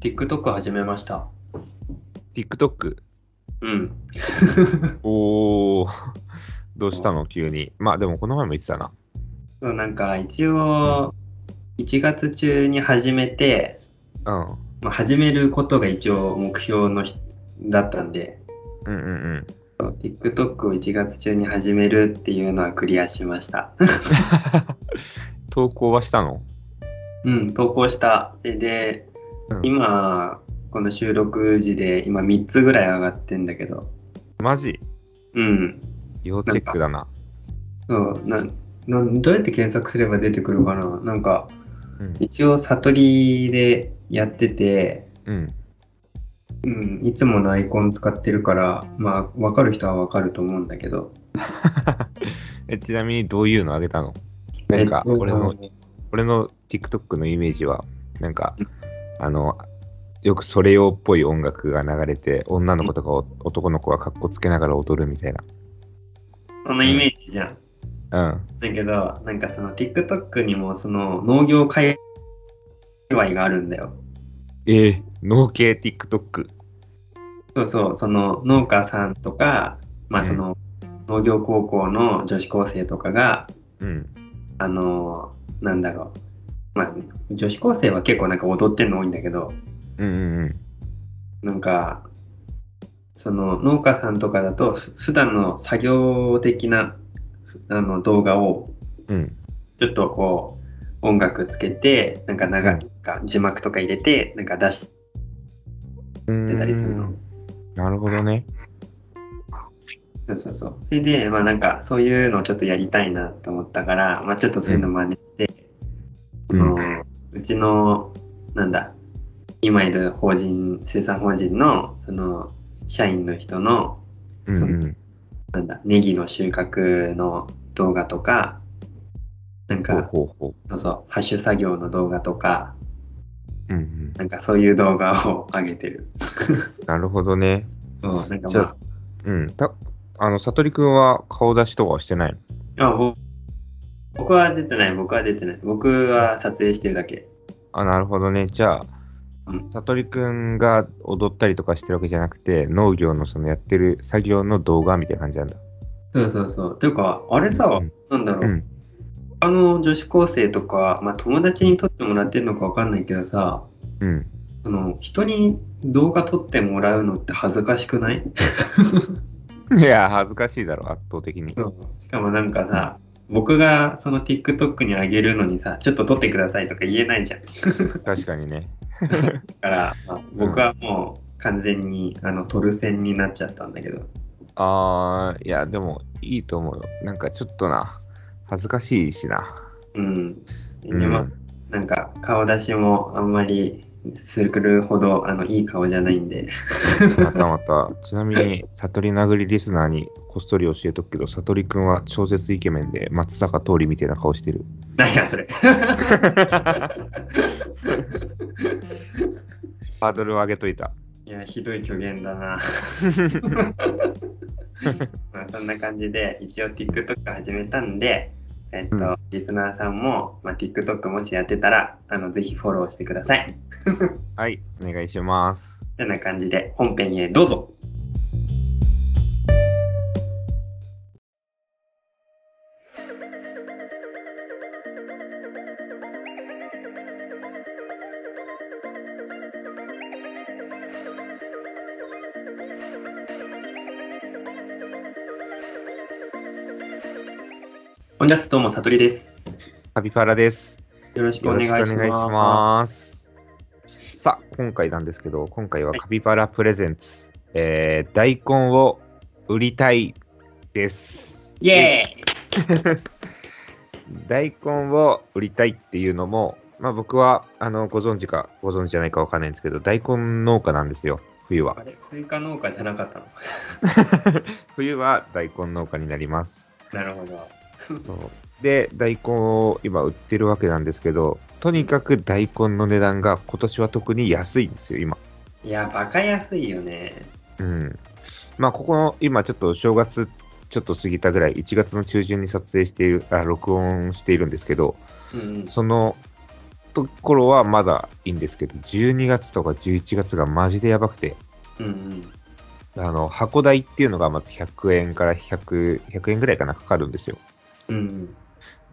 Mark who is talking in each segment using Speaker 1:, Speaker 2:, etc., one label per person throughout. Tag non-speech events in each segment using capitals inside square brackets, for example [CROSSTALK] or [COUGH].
Speaker 1: TikTok 始めました。
Speaker 2: TikTok。
Speaker 1: うん。
Speaker 2: おー。どうしたの急に。まあでもこの前も言ってたな。
Speaker 1: そうなんか一応、1月中に始めて、
Speaker 2: うん。
Speaker 1: まあ、始めることが一応目標のひだったんで、
Speaker 2: うんうん [LAUGHS] うん。
Speaker 1: そう TikTok を1月中に始めるっていうのはクリアしました。
Speaker 2: 投稿はしたの
Speaker 1: うん、投稿した。で、で
Speaker 2: うん
Speaker 1: 今、この収録時で今3つぐらい上がってんだけど、
Speaker 2: マジ
Speaker 1: うん。
Speaker 2: 要チェックだな。
Speaker 1: そうななんどうやって検索すれば出てくるかななんか、
Speaker 2: うん
Speaker 1: 一応悟りでやってて、
Speaker 2: うん。
Speaker 1: うん、いつものアイコン使ってるから、まあ、わかる人はわかると思うんだけど。
Speaker 2: えちなみにどういうのあげたのなんか
Speaker 1: えっと
Speaker 2: 俺の、俺の TikTok のイメージは、なんか、あの、よくそれ用っぽい音楽が流れて、女の子とかお男の子がかっこつけながら踊るみたい
Speaker 1: そのイメージじゃん。
Speaker 2: な。うん。
Speaker 1: だけど、なんかその TikTok にもその農業界隈があるんだよ。
Speaker 2: えー、農系 TikTok。
Speaker 1: そうそう、その農家さんとか、まあその農業高校の女子高生とかが、
Speaker 2: うん。
Speaker 1: あのなんだろう。まあ、女子高生は結構なんか踊ってんの多いんだけど、
Speaker 2: うんうんうん。
Speaker 1: なんか、その農家さんとかだと、ふ普段の作業的なふあの動画を、
Speaker 2: うん。
Speaker 1: ちょっとこう、音楽つけて、なんか長い、なんか字幕とか入れて、なんか出し
Speaker 2: 出
Speaker 1: てたりするの。
Speaker 2: なるほどね。
Speaker 1: そうそうそう。それで、まあなんか、そういうのをちょっとやりたいなと思ったから、まあちょっとそういうの真似して、う
Speaker 2: うん
Speaker 1: うちの、なんだ、今いる法人、生産法人の、その、社員の人の
Speaker 2: うん
Speaker 1: そう
Speaker 2: うん、
Speaker 1: なんだ、ネギの収穫の動画とか、なん
Speaker 2: ほう
Speaker 1: か、
Speaker 2: ほうほ
Speaker 1: そうそう、ハッシュ作業の動画とか、
Speaker 2: う。うんうん、
Speaker 1: なんかそういう動画を [LAUGHS] 上げてる。
Speaker 2: なるほどね。
Speaker 1: そう、なんか
Speaker 2: じゃあ
Speaker 1: ま
Speaker 2: うん。たあの、さとりくんは顔出しとかはしてないの
Speaker 1: あ、あぼ僕は出てない、僕は出てない。僕は撮影してるだけ。
Speaker 2: あ、なるほどね。じゃあ
Speaker 1: うん、
Speaker 2: さとりくんが踊ったりとかしてるわけじゃなくて、農業のそのやってる作業の動画みたいな感じなんだ。
Speaker 1: そうそうそう。ていうか、あれさ、
Speaker 2: うん
Speaker 1: なんだ
Speaker 2: う
Speaker 1: ろう、
Speaker 2: ん。
Speaker 1: 他の女子高生とか、まあ友達に撮ってもらってるのかわかんないけどさ、
Speaker 2: うん。
Speaker 1: [LAUGHS] その人に動画撮ってもらうのって恥ずかしくない
Speaker 2: いや、恥ずかしいだろ、圧倒的に。
Speaker 1: そうしかもなんかさ、僕がその TikTok にあげるのにさ、ちょっと撮ってくださいとか言えないじゃん。 [LAUGHS] だ
Speaker 2: 確かにね。
Speaker 1: から、まあ僕はもう完全にあの撮る線になっちゃったんだけど。
Speaker 2: あー、いや、でも、いいと思うよ。なんかちょっとな、恥ずかしいしな。
Speaker 1: うん。で
Speaker 2: うん
Speaker 1: まあなんか顔出しもあんまりするほどあのいい顔じゃないんで。 [LAUGHS]
Speaker 2: またまた、ちなみに、悟り殴りリスナーにこっそり教えとくけど、悟りくんは超絶イケメンで、松坂桃李みたいな顔してる。
Speaker 1: 何やそれ。
Speaker 2: ハードルを上げといた。
Speaker 1: いや、ひどい虚言だ
Speaker 2: [LAUGHS]
Speaker 1: な。まあそんな感じで、一応 TikTok 始めたんで、えっと、
Speaker 2: うん
Speaker 1: リスナーさんも、まあ、TikTok もしやってたら、あの、ぜひフォローしてください。
Speaker 2: はい、お願いします。
Speaker 1: てな感じで本編へどうぞオンジャスどうも、さとりです。
Speaker 2: カピパラです。
Speaker 1: よろしくお
Speaker 2: よろ
Speaker 1: 願
Speaker 2: し
Speaker 1: い
Speaker 2: く
Speaker 1: し
Speaker 2: お願
Speaker 1: ま
Speaker 2: い
Speaker 1: す。
Speaker 2: します。さあ、今回なんですけど、今回は
Speaker 1: はい
Speaker 2: カピパラプレゼンツ、えー、大根を売りたいです。
Speaker 1: イェーイ
Speaker 2: 大根を売りたいっていうのも、まあ、僕はあのご存知かご存知じゃないかわかんないんですけど大根農家なんですよ冬は
Speaker 1: あれ、スイカ農家じゃなかったの
Speaker 2: [LAUGHS] 冬は大根農家になります
Speaker 1: なるほど。
Speaker 2: そうで大根を今売ってるわけなんですけどとにかく大根の値段が今年は特に安いんですよ今
Speaker 1: いや、バカ安いよね。
Speaker 2: うんまあここの今ちょっと正月ちょっと過ぎたぐらい1月の中旬に撮影しているあ録音しているんですけど
Speaker 1: うんうん。
Speaker 2: そのところはまだいいんですけど、12月とか11月がマジでやばくて、
Speaker 1: うんうん。
Speaker 2: あの、箱代っていうのがまず100円から100、100円ぐらいかな、かかるんですよ。
Speaker 1: うんうん。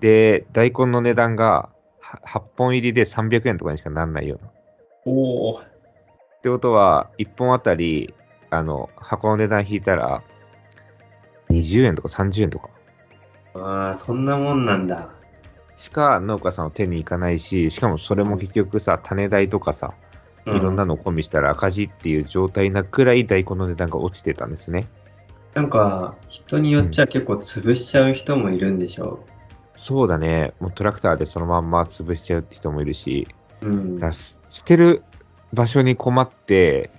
Speaker 2: で、大根の値段がは8本入りで300円とかにしかなんないような。っ
Speaker 1: おお。
Speaker 2: てことは、1本あたり、あの、箱の値段引いたら、20円とか30円とか
Speaker 1: ああ、そんなもんなんだ。
Speaker 2: しか農家さんを手にいかないし、しかもそれも結局さ、種代とかさ、いろんな
Speaker 1: う
Speaker 2: のを込みしたら赤字っていう状態なくらい大根の値段が落ちてたんですね。
Speaker 1: なんか、人によっちゃ結構潰しちゃう人もいるんでしょ
Speaker 2: そうだね、もうトラクターでそのまんま潰しちゃうって人もいるし、
Speaker 1: う。うん。
Speaker 2: だししてる場所に困って、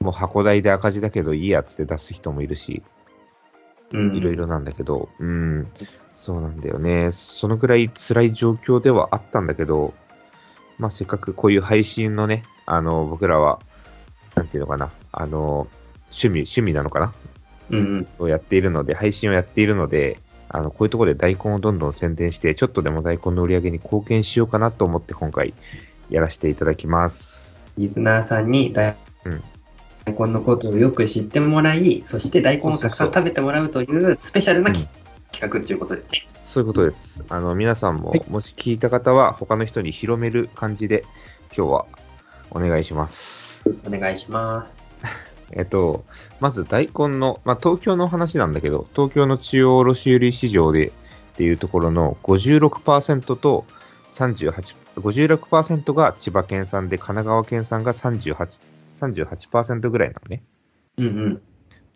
Speaker 2: もう箱代で赤字だけどいいやっつって出す人もいるし、
Speaker 1: うん
Speaker 2: いろい。ろなんだけど、うん、そうなんだよね。そのくらい辛い状況ではあったんだけど、まあ、せっかくこういう配信のね、あの、僕らは、なんていうのかな、あの、趣味、趣味なのかな
Speaker 1: うんうん。
Speaker 2: をやっているので、配信をやっているので、あの、こういうところで大根をどんどん宣伝して、ちょっとでも大根の売り上げに貢献しようかなと思って今回、やらせていただきます。
Speaker 1: リズナーさんに大,、
Speaker 2: うん
Speaker 1: 大根のことをよく知ってもらい、そして大根をたくさん食べてもらうというスペシャルなき企画ということですね。
Speaker 2: そういうことです。あの、皆さんも、
Speaker 1: はい
Speaker 2: もし聞いた方は、他の人に広める感じで、今日はお願いします。
Speaker 1: お願いし
Speaker 2: [LAUGHS]
Speaker 1: ます。
Speaker 2: えっと、まず大根の、まあ、東京の話なんだけど、東京の中央卸売市場でっていうところの56%と38、56%が千葉県産で、神奈川県産が38、38%ぐらいなのね。
Speaker 1: うんうん。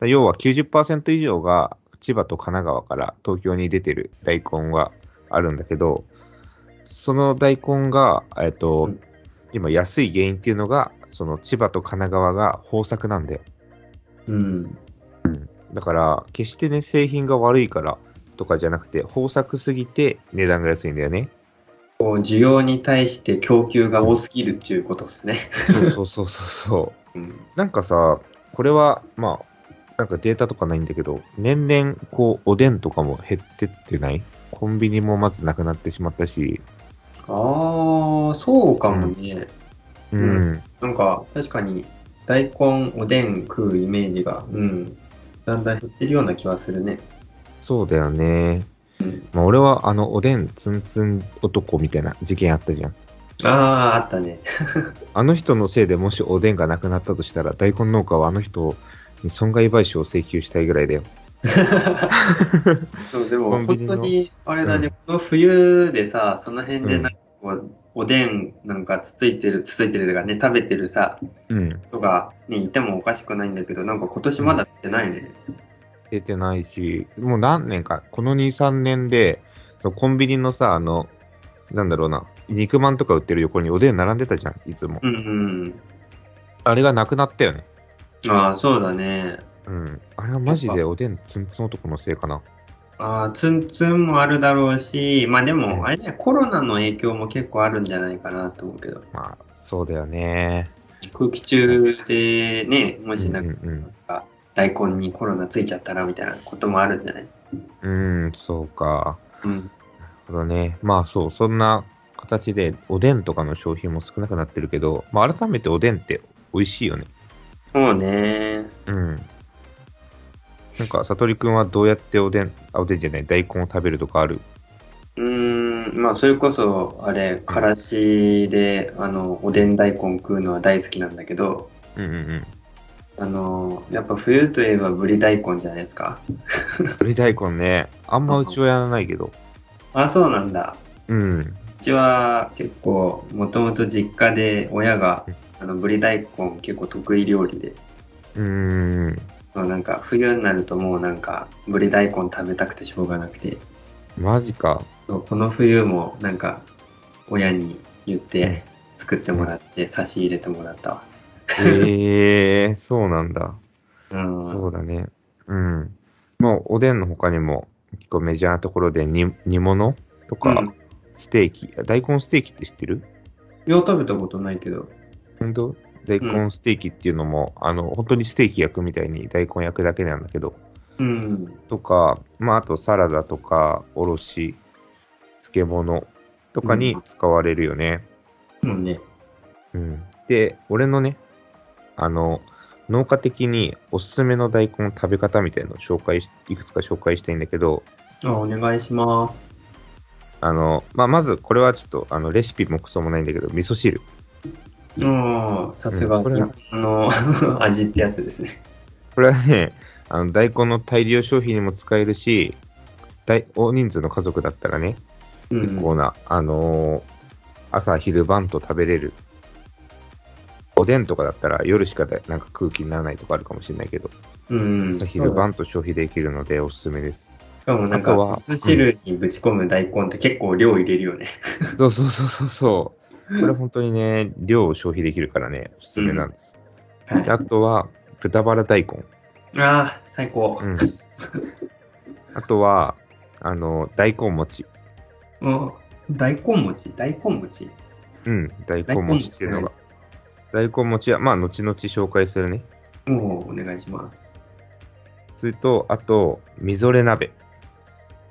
Speaker 2: だ要は90%以上が千葉と神奈川から東京に出てる大根があるんだけど、その大根が、えっと、
Speaker 1: うん
Speaker 2: 今安い原因っていうのが、その千葉と神奈川が豊作なんだよ。
Speaker 1: うん。
Speaker 2: だから、決してね、製品が悪いからとかじゃなくて、豊作すぎて値段が安いんだ
Speaker 1: [LAUGHS]
Speaker 2: よね。
Speaker 1: こう需要に対して供給が多すぎるっていうことですね。
Speaker 2: そうそうそうそうそう。
Speaker 1: うん。
Speaker 2: なんかさ、これは、まあ、なんかデータとかないんだけど、年々、こう、おでんとかも減ってってないコンビニもまずなくなってしまったし、
Speaker 1: ああ、そうかもね。
Speaker 2: うん。
Speaker 1: なんか、確かに、大根、おでん食うイメージが、うん。だんだん減ってるような気はするね。
Speaker 2: そうだよね。
Speaker 1: うん、
Speaker 2: まあ、俺は、あの、おでんツンツン男みたいな事件あったじゃん。
Speaker 1: ああ、あったね。
Speaker 2: あの人のせいでもしおでんがなくなったとしたら、大根農家はあの人に損害賠償を請求したいぐらいだよ。
Speaker 1: [LAUGHS] そうで
Speaker 2: コ
Speaker 1: も
Speaker 2: ンビ
Speaker 1: 本
Speaker 2: ニの
Speaker 1: 当にあれだね、
Speaker 2: うん
Speaker 1: この冬でさ、その辺で
Speaker 2: うん
Speaker 1: なんかこう、おでんなんかつついてる、つついてるとかね、食べてるさ、
Speaker 2: うん。
Speaker 1: 人が、ね、いてもおかしくないんだけど、なんか今年まだ見てないね。
Speaker 2: 出てないし、もう何年か、この2、3年で、コンビニのさ、あの、なんだろうな、肉まんとか売ってる横におでん並んでたじゃん、いつも。
Speaker 1: うんうん。
Speaker 2: あれがなくなったよね。
Speaker 1: ああ、そうだね。
Speaker 2: うん。あれはマジでおでんツンツン男のせいかな。
Speaker 1: ああ、ツンツンもあるだろうし、まあで
Speaker 2: うん
Speaker 1: も、あれね、コロナの影響も結構あるんじゃないかなと思うけど、
Speaker 2: まあ、そうだよね。
Speaker 1: 空気中でね、もしなんか、
Speaker 2: うんうんうん
Speaker 1: 大根にコロナついちゃったらみたいなこともあるんじゃない
Speaker 2: うん、そうか。
Speaker 1: うん。
Speaker 2: そうだね。まあそう、そんな形でおでんとかの商品も少なくなってるけど、まあ改めておでんって美味しいよね。
Speaker 1: そうね。
Speaker 2: うん。なんか、さとりくんはどうやっておでん、あ、おでんじゃない、大根を食べるとかある
Speaker 1: うーん、まあ、それこそ、あれ、からしで、あの、おでん大根食うのは大好きなんだけど、
Speaker 2: うんうんうん。
Speaker 1: あの、やっぱ冬といえばぶり大根じゃないですか。
Speaker 2: 鶏大根ね、あんまうちはやらないけど。
Speaker 1: あ、そうなんだ。
Speaker 2: うん。
Speaker 1: うちは結構、もともと実家で親が
Speaker 2: うん、
Speaker 1: あの、ぶり大根結構得意料理で、
Speaker 2: うーん。
Speaker 1: そうなんか冬になるともうなんか、ぶり大根食べたくてしょうがなくて、
Speaker 2: マジか。
Speaker 1: そうこの冬もなんか、親に言って作ってもらって差し入れてもらったわ。
Speaker 2: ええー、そうなんだ。
Speaker 1: うん。
Speaker 2: そうだね。うん。もう、おでんの他にも、結構メジャーなところで煮煮物とか、
Speaker 1: うん
Speaker 2: ステーキ、大根ステーキって知ってる
Speaker 1: いや、食べたことないけど。
Speaker 2: 本当大根ステーキっていうのも、あの、本当にステーキ焼くみたいに大根焼くだけなんだけど、
Speaker 1: うん。
Speaker 2: とか、まあ、あとサラダとか、おろし、漬物、とかに使われるよね。
Speaker 1: うんね。
Speaker 2: うん。で、俺のね、あの、農家的におすすめの大根の食べ方みたいのを紹介し、いくつか紹介したいんだけど、
Speaker 1: あお願いします。
Speaker 2: あの、まあ、まず、これはちょっと、あの、レシピもクソもないんだけど、味噌汁。
Speaker 1: うん、さすが、
Speaker 2: うんこれ
Speaker 1: 日本の [LAUGHS] 味ってやつですね。
Speaker 2: これはね、 [LAUGHS] あの、大根の大量消費にも使えるし、大、大人数の家族だったらね、
Speaker 1: う
Speaker 2: 結
Speaker 1: ん。
Speaker 2: 構な、あのー朝、昼、晩と食べれる。おでんとかだったら夜しかでなんか空気にならないとかあるかもしれないけど、
Speaker 1: うん。
Speaker 2: 朝、昼、晩と消費できるのでおすすめです。
Speaker 1: しかもなん
Speaker 2: あ
Speaker 1: か、
Speaker 2: とは
Speaker 1: 味噌汁にぶち込む大根って結構量入れるよね。
Speaker 2: そうそうそうそうそう。これ本当にね、量を消費できるからね、おすすめなんです。
Speaker 1: は
Speaker 2: であとは、豚バラ大根。
Speaker 1: い。ああ、最高
Speaker 2: う。ん。あとは、あの、大根餅。
Speaker 1: うん、大根餅大根餅
Speaker 2: うん、大根餅っていうのが。大根餅は、まあ、後々紹介するね。
Speaker 1: もうお願いします。
Speaker 2: それと、あと、みぞれ鍋。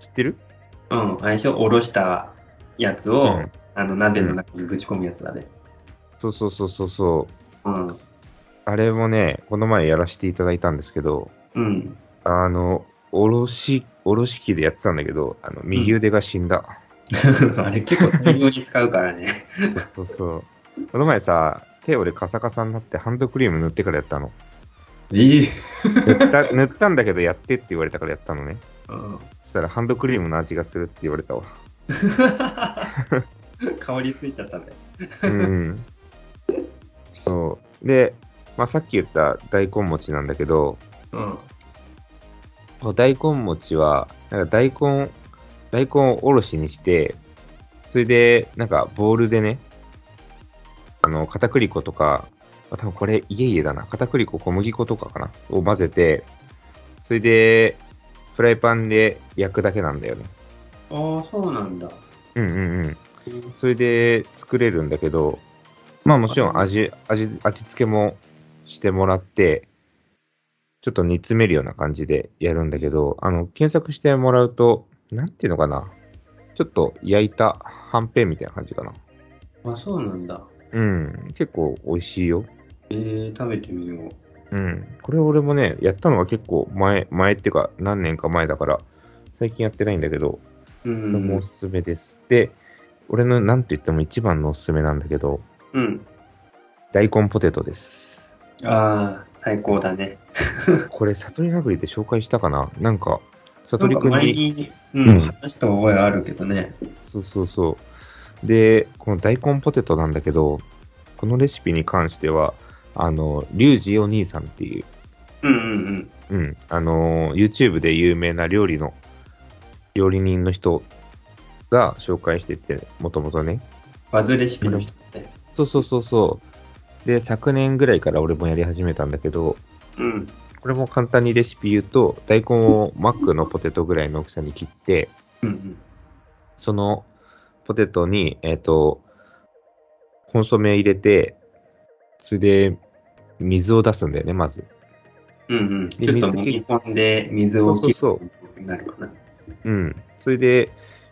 Speaker 2: 知ってる
Speaker 1: うん、あれでしょおろしたやつを、
Speaker 2: うん
Speaker 1: あの鍋の中にぶち込むやつだね。
Speaker 2: そうそうそうそうそう。
Speaker 1: うん。
Speaker 2: あれもね、この前やらせていただいたんですけど、
Speaker 1: [LAUGHS] うん。
Speaker 2: あの、おろし、おろし器でやってたんだけど、あの右腕が死んだ。
Speaker 1: あれ結構大量に使うからね。 [LAUGHS]
Speaker 2: そうそう。この前さ、手俺カサカサになってハンドクリーム塗ってからやったの。
Speaker 1: いい。
Speaker 2: 塗った [LAUGHS] 塗ったんだけどやってって言われたからやったのね。
Speaker 1: うん。
Speaker 2: そしたらハンドクリームの味がするって言われたわ。
Speaker 1: 香りついちゃったね。
Speaker 2: うん。そう。で、まあ、さっき言った大根餅なんだけど、
Speaker 1: うん。
Speaker 2: 大根餅は、なんか大根、大根をおろしにして、それで、なんかボウルでね、あの、片栗粉とか、あ多分これ家々だな。片栗粉、小麦粉とかかなを混ぜて、それで、フライパンで焼くだけなんだよね。
Speaker 1: ああ、そうなんだ。
Speaker 2: うんうんうん。それで作れるんだけど、まあもちろん味、味、味付けもしてもらって、ちょっと煮詰めるような感じでやるんだけど、あの、検索してもらうと、なんていうのかな。ちょっと焼いたはんぺんみたいな感じかな。
Speaker 1: あそうなんだ。
Speaker 2: うん。結構美味しいよ。
Speaker 1: えー、食べてみよう。
Speaker 2: うん。これ俺もね、やったのは結構前、前っていうか何年か前だから、最近やってないんだけど、
Speaker 1: う
Speaker 2: これもお
Speaker 1: ん。
Speaker 2: すすめです。で、俺のなんと言っても一番のおすすめなんだけど、
Speaker 1: うん。
Speaker 2: 大根ポテトです。
Speaker 1: ああ、最高だね。
Speaker 2: これ、悟り殴りで紹介したかななんか、
Speaker 1: な
Speaker 2: 悟
Speaker 1: ん
Speaker 2: り
Speaker 1: か
Speaker 2: くん
Speaker 1: 前
Speaker 2: に、
Speaker 1: に、うん、
Speaker 2: うん
Speaker 1: 話した覚えあるけどね。
Speaker 2: そうそうそう。で、この大根ポテトなんだけど、このレシピに関しては、あの、リュウジお兄さんっていう、
Speaker 1: うんうんうん。
Speaker 2: うん、あの、YouTube で有名な料理の、料理人の人が紹介してて、もともとね。
Speaker 1: バズレシピの人って。
Speaker 2: そうそうそうそう。で、昨年ぐらいから俺もやり始めたんだけど、
Speaker 1: うん。
Speaker 2: これも簡単にレシピ言うと、大根をマックのポテトぐらいの大きさに切って、
Speaker 1: うんうん。
Speaker 2: そのポテトに、えっ、と、コンソメ入れて、それで水を出すんだよね、まず。
Speaker 1: うんうん。ちょっと揉み込んで水を切る
Speaker 2: そう
Speaker 1: になるかな。
Speaker 2: うん。それで、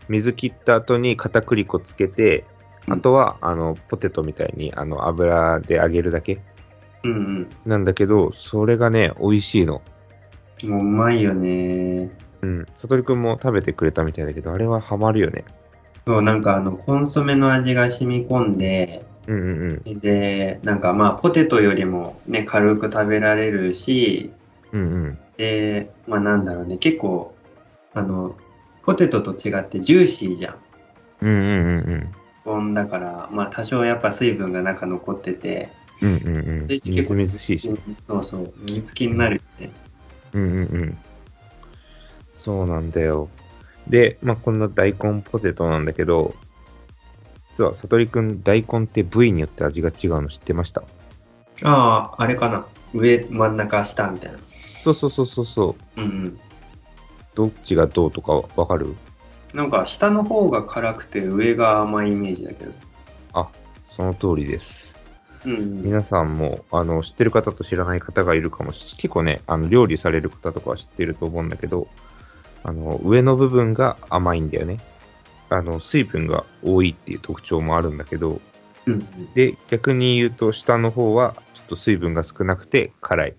Speaker 2: 水切った後に片栗粉つけて、あとは、あの、ポテトみたいに、あの、油で揚げるだけ
Speaker 1: うん
Speaker 2: なんだけど、それがね、美味しいの。
Speaker 1: うん。もううまいよね。
Speaker 2: うん。さとりくんも食べてくれたみたいだけど、あれはハマるよね。
Speaker 1: そう、なんかあの、コンソメの味が染み込んで、
Speaker 2: うんうんうん。
Speaker 1: で、なんかまあ、ポテトよりもね、軽く食べられるし、
Speaker 2: うんうん。
Speaker 1: で、まあなんだろうね、結構、あの、ポテトと違ってジューシーじゃん。
Speaker 2: うんうんうんうん。
Speaker 1: ポンだから、まあ多少やっぱ水分が中残ってて、
Speaker 2: うんうんうん。
Speaker 1: で
Speaker 2: みずみずしいし。
Speaker 1: そうそう、身付きになるよね。
Speaker 2: うんうんうん。そうなんだよ。で、まあ、こんな大根ポテトなんだけど、実は、さとりくん、大根って部位によって味が違うの知ってました
Speaker 1: ああ、あれかな。上、真ん中、下みたいな。
Speaker 2: そうそうそうそうそう。
Speaker 1: うんうん。
Speaker 2: どっちがどうとかわかる
Speaker 1: なんか下の方が辛くて上が甘いイメージだけど。
Speaker 2: その通りです。
Speaker 1: うん。
Speaker 2: 皆さんも、あの、知ってる方と知らない方がいるかもしれない。結構ね、あの、料理される方とかは知ってると思うんだけど、あの、上の部分が甘いんだよね。あの、水分が多いっていう特徴もあるんだけど、
Speaker 1: うん。
Speaker 2: で、逆に言うと下の方はちょっと水分が少なくて辛い。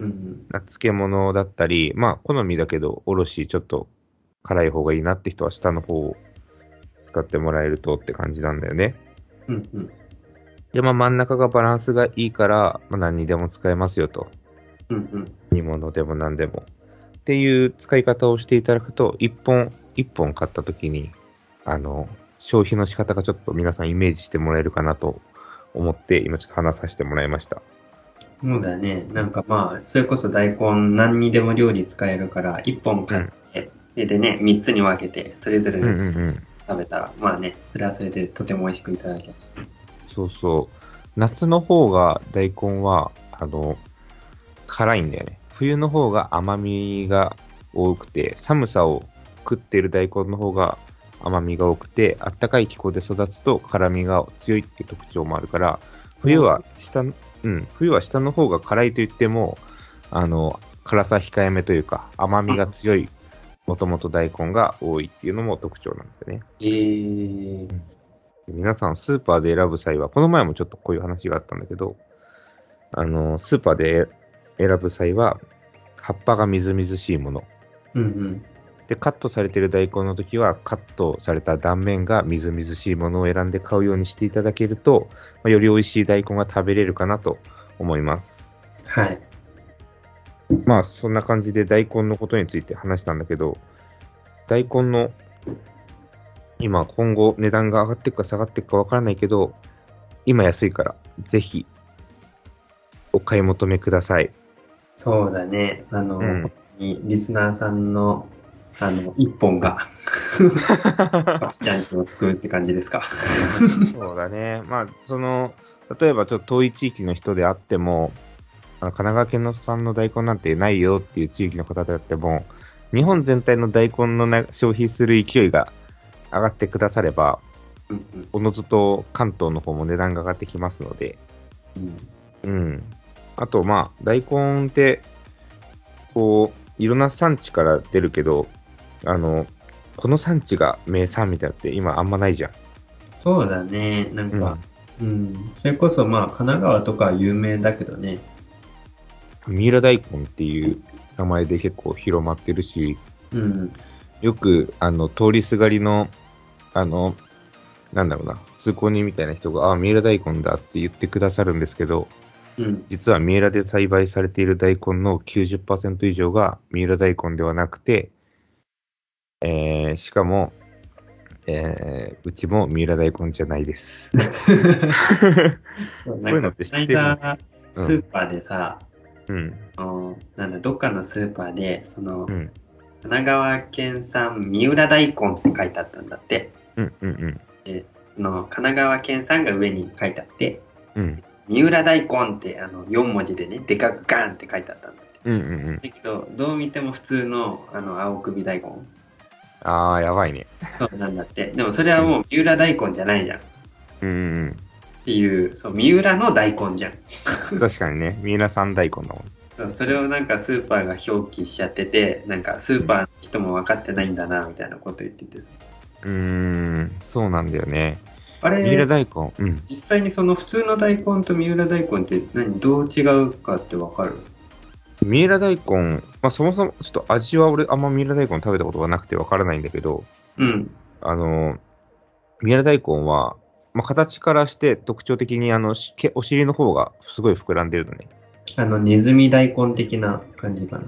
Speaker 1: うん。
Speaker 2: な漬物だったり、まあ好みだけど、おろしちょっと辛い方がいいなって人は下の方を使ってもらえるとって感じなんだよね。
Speaker 1: うん。うん。
Speaker 2: で、まあ真ん中がバランスがいいから、まあ何にでも使えますよと。
Speaker 1: うん。うん。
Speaker 2: 煮物でも何でも。っていう使い方をしていただくと、一本、一本買った時に、あの、消費の仕方がちょっと皆さんイメージしてもらえるかなと思って、今ちょっと話させてもらいました。
Speaker 1: そうだね。なんかまあ、それこそ大根何にでも料理使えるから、1本買って、ででね、3つに分けて、それぞれ
Speaker 2: うんう
Speaker 1: の
Speaker 2: ん
Speaker 1: やつ
Speaker 2: うん。
Speaker 1: 食べたら、まあね、それはそれでとても美味しくいただけます。
Speaker 2: そうそう。夏の方が大根は、あの、辛いんだよね。冬の方が甘みが多くて、寒さを食ってる大根の方が甘みが多くて、あったかい気候で育つと辛みが強いっていう特徴もあるから、冬は下の、うん、冬は下の方が辛いと言っても、あの、辛さ控えめというか、甘みが強い、もともと大根が多いっていうのも特徴なんだよね。
Speaker 1: えー、
Speaker 2: 皆さん、スーパーで選ぶ際は、この前もちょっとこういう話があったんだけど、あの、スーパーで選ぶ際は、葉っぱがみずみずしいもの。
Speaker 1: うんうん。
Speaker 2: で、カットされてる大根の時は、カットされた断面がみずみずしいものを選んで買うようにしていただけると、まあより美味しい大根が食べれるかなと思います。
Speaker 1: はい。
Speaker 2: まあ、そんな感じで大根のことについて話したんだけど、大根の今、今後値段が上がっていくか下がっていくかわからないけど、今安いから、ぜひ、お買い求めください。
Speaker 1: そうだね。あの、
Speaker 2: うん
Speaker 1: 本当にリスナーさんの、あの、一本
Speaker 2: [LAUGHS]
Speaker 1: が、カピちゃんちを救うって感じですか。
Speaker 2: そうだね。まあ、その、例えばちょっと遠い地域の人であっても、あの神奈川県の産の大根なんてないよっていう地域の方であっても、日本全体の大根のな消費する勢いが上がってくだされば、
Speaker 1: うんうん
Speaker 2: おのずと関東の方も値段が上がってきますので、
Speaker 1: うん
Speaker 2: うん。あと、まあ、大根って、こう、いろんな産地から出るけど、あの、この産地が名産みたいなのって今あんまないじゃん。
Speaker 1: そうだね。なん
Speaker 2: う
Speaker 1: か
Speaker 2: ん、
Speaker 1: うん、それこそまあ、神奈川とかは有名だけどね。
Speaker 2: 三浦大根っていう名前で結構広まってるし、
Speaker 1: うん。
Speaker 2: よく、あの、通りすがりの、あの、なんだろうな、通行人みたいな人が、ああ、三浦大根だって言ってくださるんですけど、 [LAUGHS]
Speaker 1: うん。
Speaker 2: 実は三浦で栽培されている大根の90%以上が三浦大根ではなくて、えーしかも、えーうちも三浦大根じゃないです。
Speaker 1: そう
Speaker 2: ういうの
Speaker 1: な
Speaker 2: っ
Speaker 1: んか、
Speaker 2: て知
Speaker 1: ス
Speaker 2: ってる
Speaker 1: スーパーでさ、
Speaker 2: うん、
Speaker 1: あのなんだ、どっかのスーパーで、その、
Speaker 2: うん、
Speaker 1: 神奈川県産三浦大根って書いてあったんだって。
Speaker 2: うん、うん、
Speaker 1: その、神奈川県産が上に書いてあって、
Speaker 2: うん、
Speaker 1: 三浦大根ってあの4文字でね、でかくガーンって書いてあったんだって。
Speaker 2: うん、うん、うん。
Speaker 1: だけど、どう見ても普通のあの青首大根。
Speaker 2: ああ、やばいね。
Speaker 1: そうなんだって。でもそれはもう三浦大根じゃないじゃん。っ
Speaker 2: うん、うん
Speaker 1: ていう、そう三浦の大根じゃん。
Speaker 2: うん、確かにね、三浦三大根だもん。
Speaker 1: そうそれをなんかスーパーが表記しちゃってて、なんかスーパーの人も分かってないんだな、みたいなこと言っててさ。
Speaker 2: うーん、そうなんだよね。
Speaker 1: あ
Speaker 2: 三浦
Speaker 1: れ、
Speaker 2: 大根、うん。
Speaker 1: 実際にその普通の大根と三浦大根って何、どう違うかって分かる
Speaker 2: 三浦大根、まあそもそもちょっと味は俺あんま三浦大根食べたことがなくてわからないんだけど、
Speaker 1: うん。
Speaker 2: あの、三浦大根は、まあ、形からして特徴的にあのしけお尻の方がすごい膨らんでるのね。
Speaker 1: あの、ネズミ大根的な感じかな。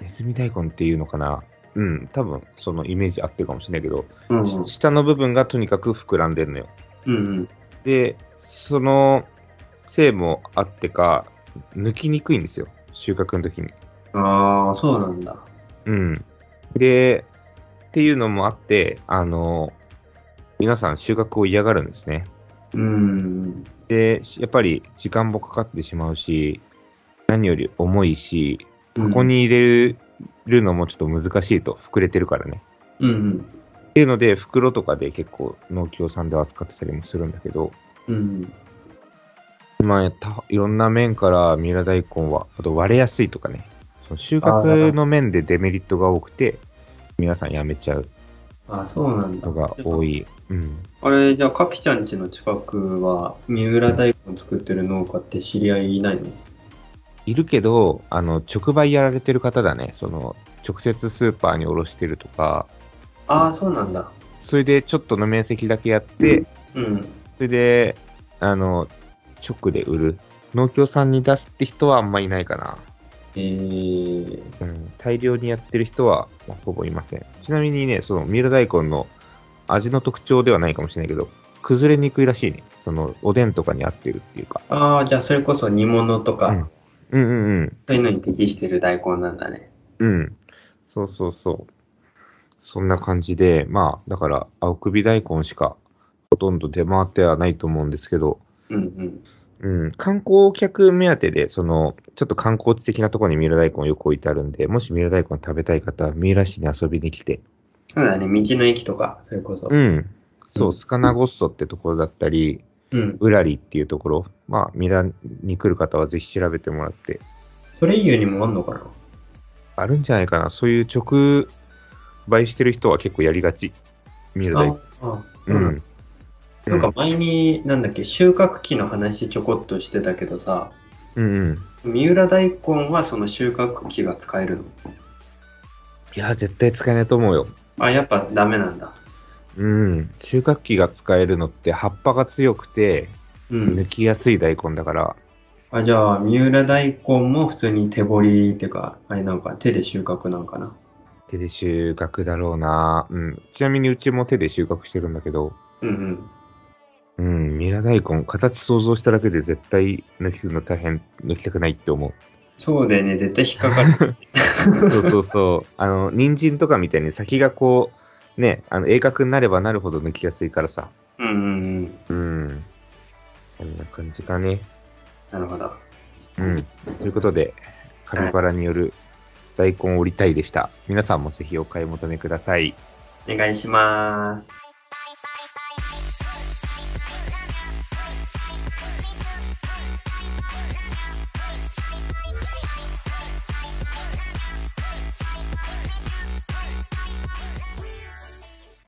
Speaker 2: ネズミ大根っていうのかな。うん、多分そのイメージ合ってるかもしれないけど、
Speaker 1: うん。
Speaker 2: し下の部分がとにかく膨らんでるのよ。
Speaker 1: うんうん。
Speaker 2: で、そのせいもあってか、抜きにくいんですよ、収穫の時に。
Speaker 1: ああ、そうなんだ。
Speaker 2: うん。で、っていうのもあって、あの、皆さん収穫を嫌がるんですね。
Speaker 1: うん。
Speaker 2: で、やっぱり時間もかかってしまうし、何より重いし、
Speaker 1: こ
Speaker 2: ここ。に入れるのもちょっと難しいと、膨れてるからね。
Speaker 1: うん
Speaker 2: っていうので、袋とかで結構農協さんでは扱ってたりもするんだけど、
Speaker 1: うん。うん。
Speaker 2: まあ、たいろんな面から三浦大根は、あと割れやすいとかね、その収
Speaker 1: あーなるほ
Speaker 2: 穫
Speaker 1: ど
Speaker 2: の面でデメリットが多くて、皆さんやめちゃう。
Speaker 1: あ、そうなんだ
Speaker 2: の。が多い。うん。
Speaker 1: あれ、じゃあ、カピちゃん家の近くは、三浦大根作ってる農家って知り合いいないの
Speaker 2: いるけど、あの、直売やられてる方だね。その、直接スーパーに卸してるとか、
Speaker 1: ああ、そうなんだ。
Speaker 2: それでちょっとの面積だけやって、
Speaker 1: うん。
Speaker 2: それで、あの、直で売る。農協さんに出すって人はあんまいないかな。
Speaker 1: えー、
Speaker 2: うん、大量にやってる人は、まあほぼいません。ちなみにね、その三浦大根の味の特徴ではないかもしれないけど、崩れにくいらしいね。その、おでんとかに合ってるっていうか。
Speaker 1: ああ、じゃあ、それこそ煮物とか、
Speaker 2: うんうんうん
Speaker 1: そういうのに適してる大根なんだね。
Speaker 2: うん。うん。そうそうそう。そんな感じで、まあ、だから、青首大根しかほとんど出回ってはないと思うんですけど、
Speaker 1: うんうん。
Speaker 2: うん、観光客目当てで、その、ちょっと観光地的なところに三浦大根よく置いてあるんで、もし三浦大根食べたい方は、三浦市に遊びに来て、
Speaker 1: そうだね、道の駅とか、それこそ。
Speaker 2: うん、そう、スカナゴッソってところだったり、
Speaker 1: うん。
Speaker 2: ウラリっていうところ、まあ、三浦に来る方はぜひ調べてもらって、
Speaker 1: それ以外にもあんのかな
Speaker 2: あるんじゃないかな、そういう直売してる人は結構やりがち、三浦大根。
Speaker 1: ああ、そう
Speaker 2: う
Speaker 1: なんだ
Speaker 2: ん。
Speaker 1: なんか前に、なんだっけ、収穫期の話ちょこっとしてたけどさ、
Speaker 2: うんうん。
Speaker 1: 三浦大根はその収穫期が使えるの
Speaker 2: いや、絶対使えないと思うよ。
Speaker 1: あ、やっぱダメなんだ。
Speaker 2: うん。収穫期が使えるのって、葉っぱが強くて、
Speaker 1: う
Speaker 2: 抜
Speaker 1: ん。
Speaker 2: きやすい大根だから、
Speaker 1: あ、じゃあ、三浦大根も普通に手掘りっていうか、あれなんか手で収穫なんかな。
Speaker 2: 手で収穫だろうな、うん、ちなみにうちも手で収穫してるんだけど、
Speaker 1: うんうん。
Speaker 2: うん、ミラ大根、形想像しただけで絶対抜きの大変、抜きたくないって思う。
Speaker 1: そうだよね、絶対引っかかる。
Speaker 2: [LAUGHS] そうそうそう。 [LAUGHS] あの、人参とかみたいに先がこう、ね、あの鋭角になればなるほど抜きやすいからさ。
Speaker 1: うんうんうん。
Speaker 2: うん。そんな感じかね。
Speaker 1: なるほど。
Speaker 2: うん。ということで、カピバラによる大根を売りたいでした。皆さんもぜひお買い求めください。
Speaker 1: お願いします。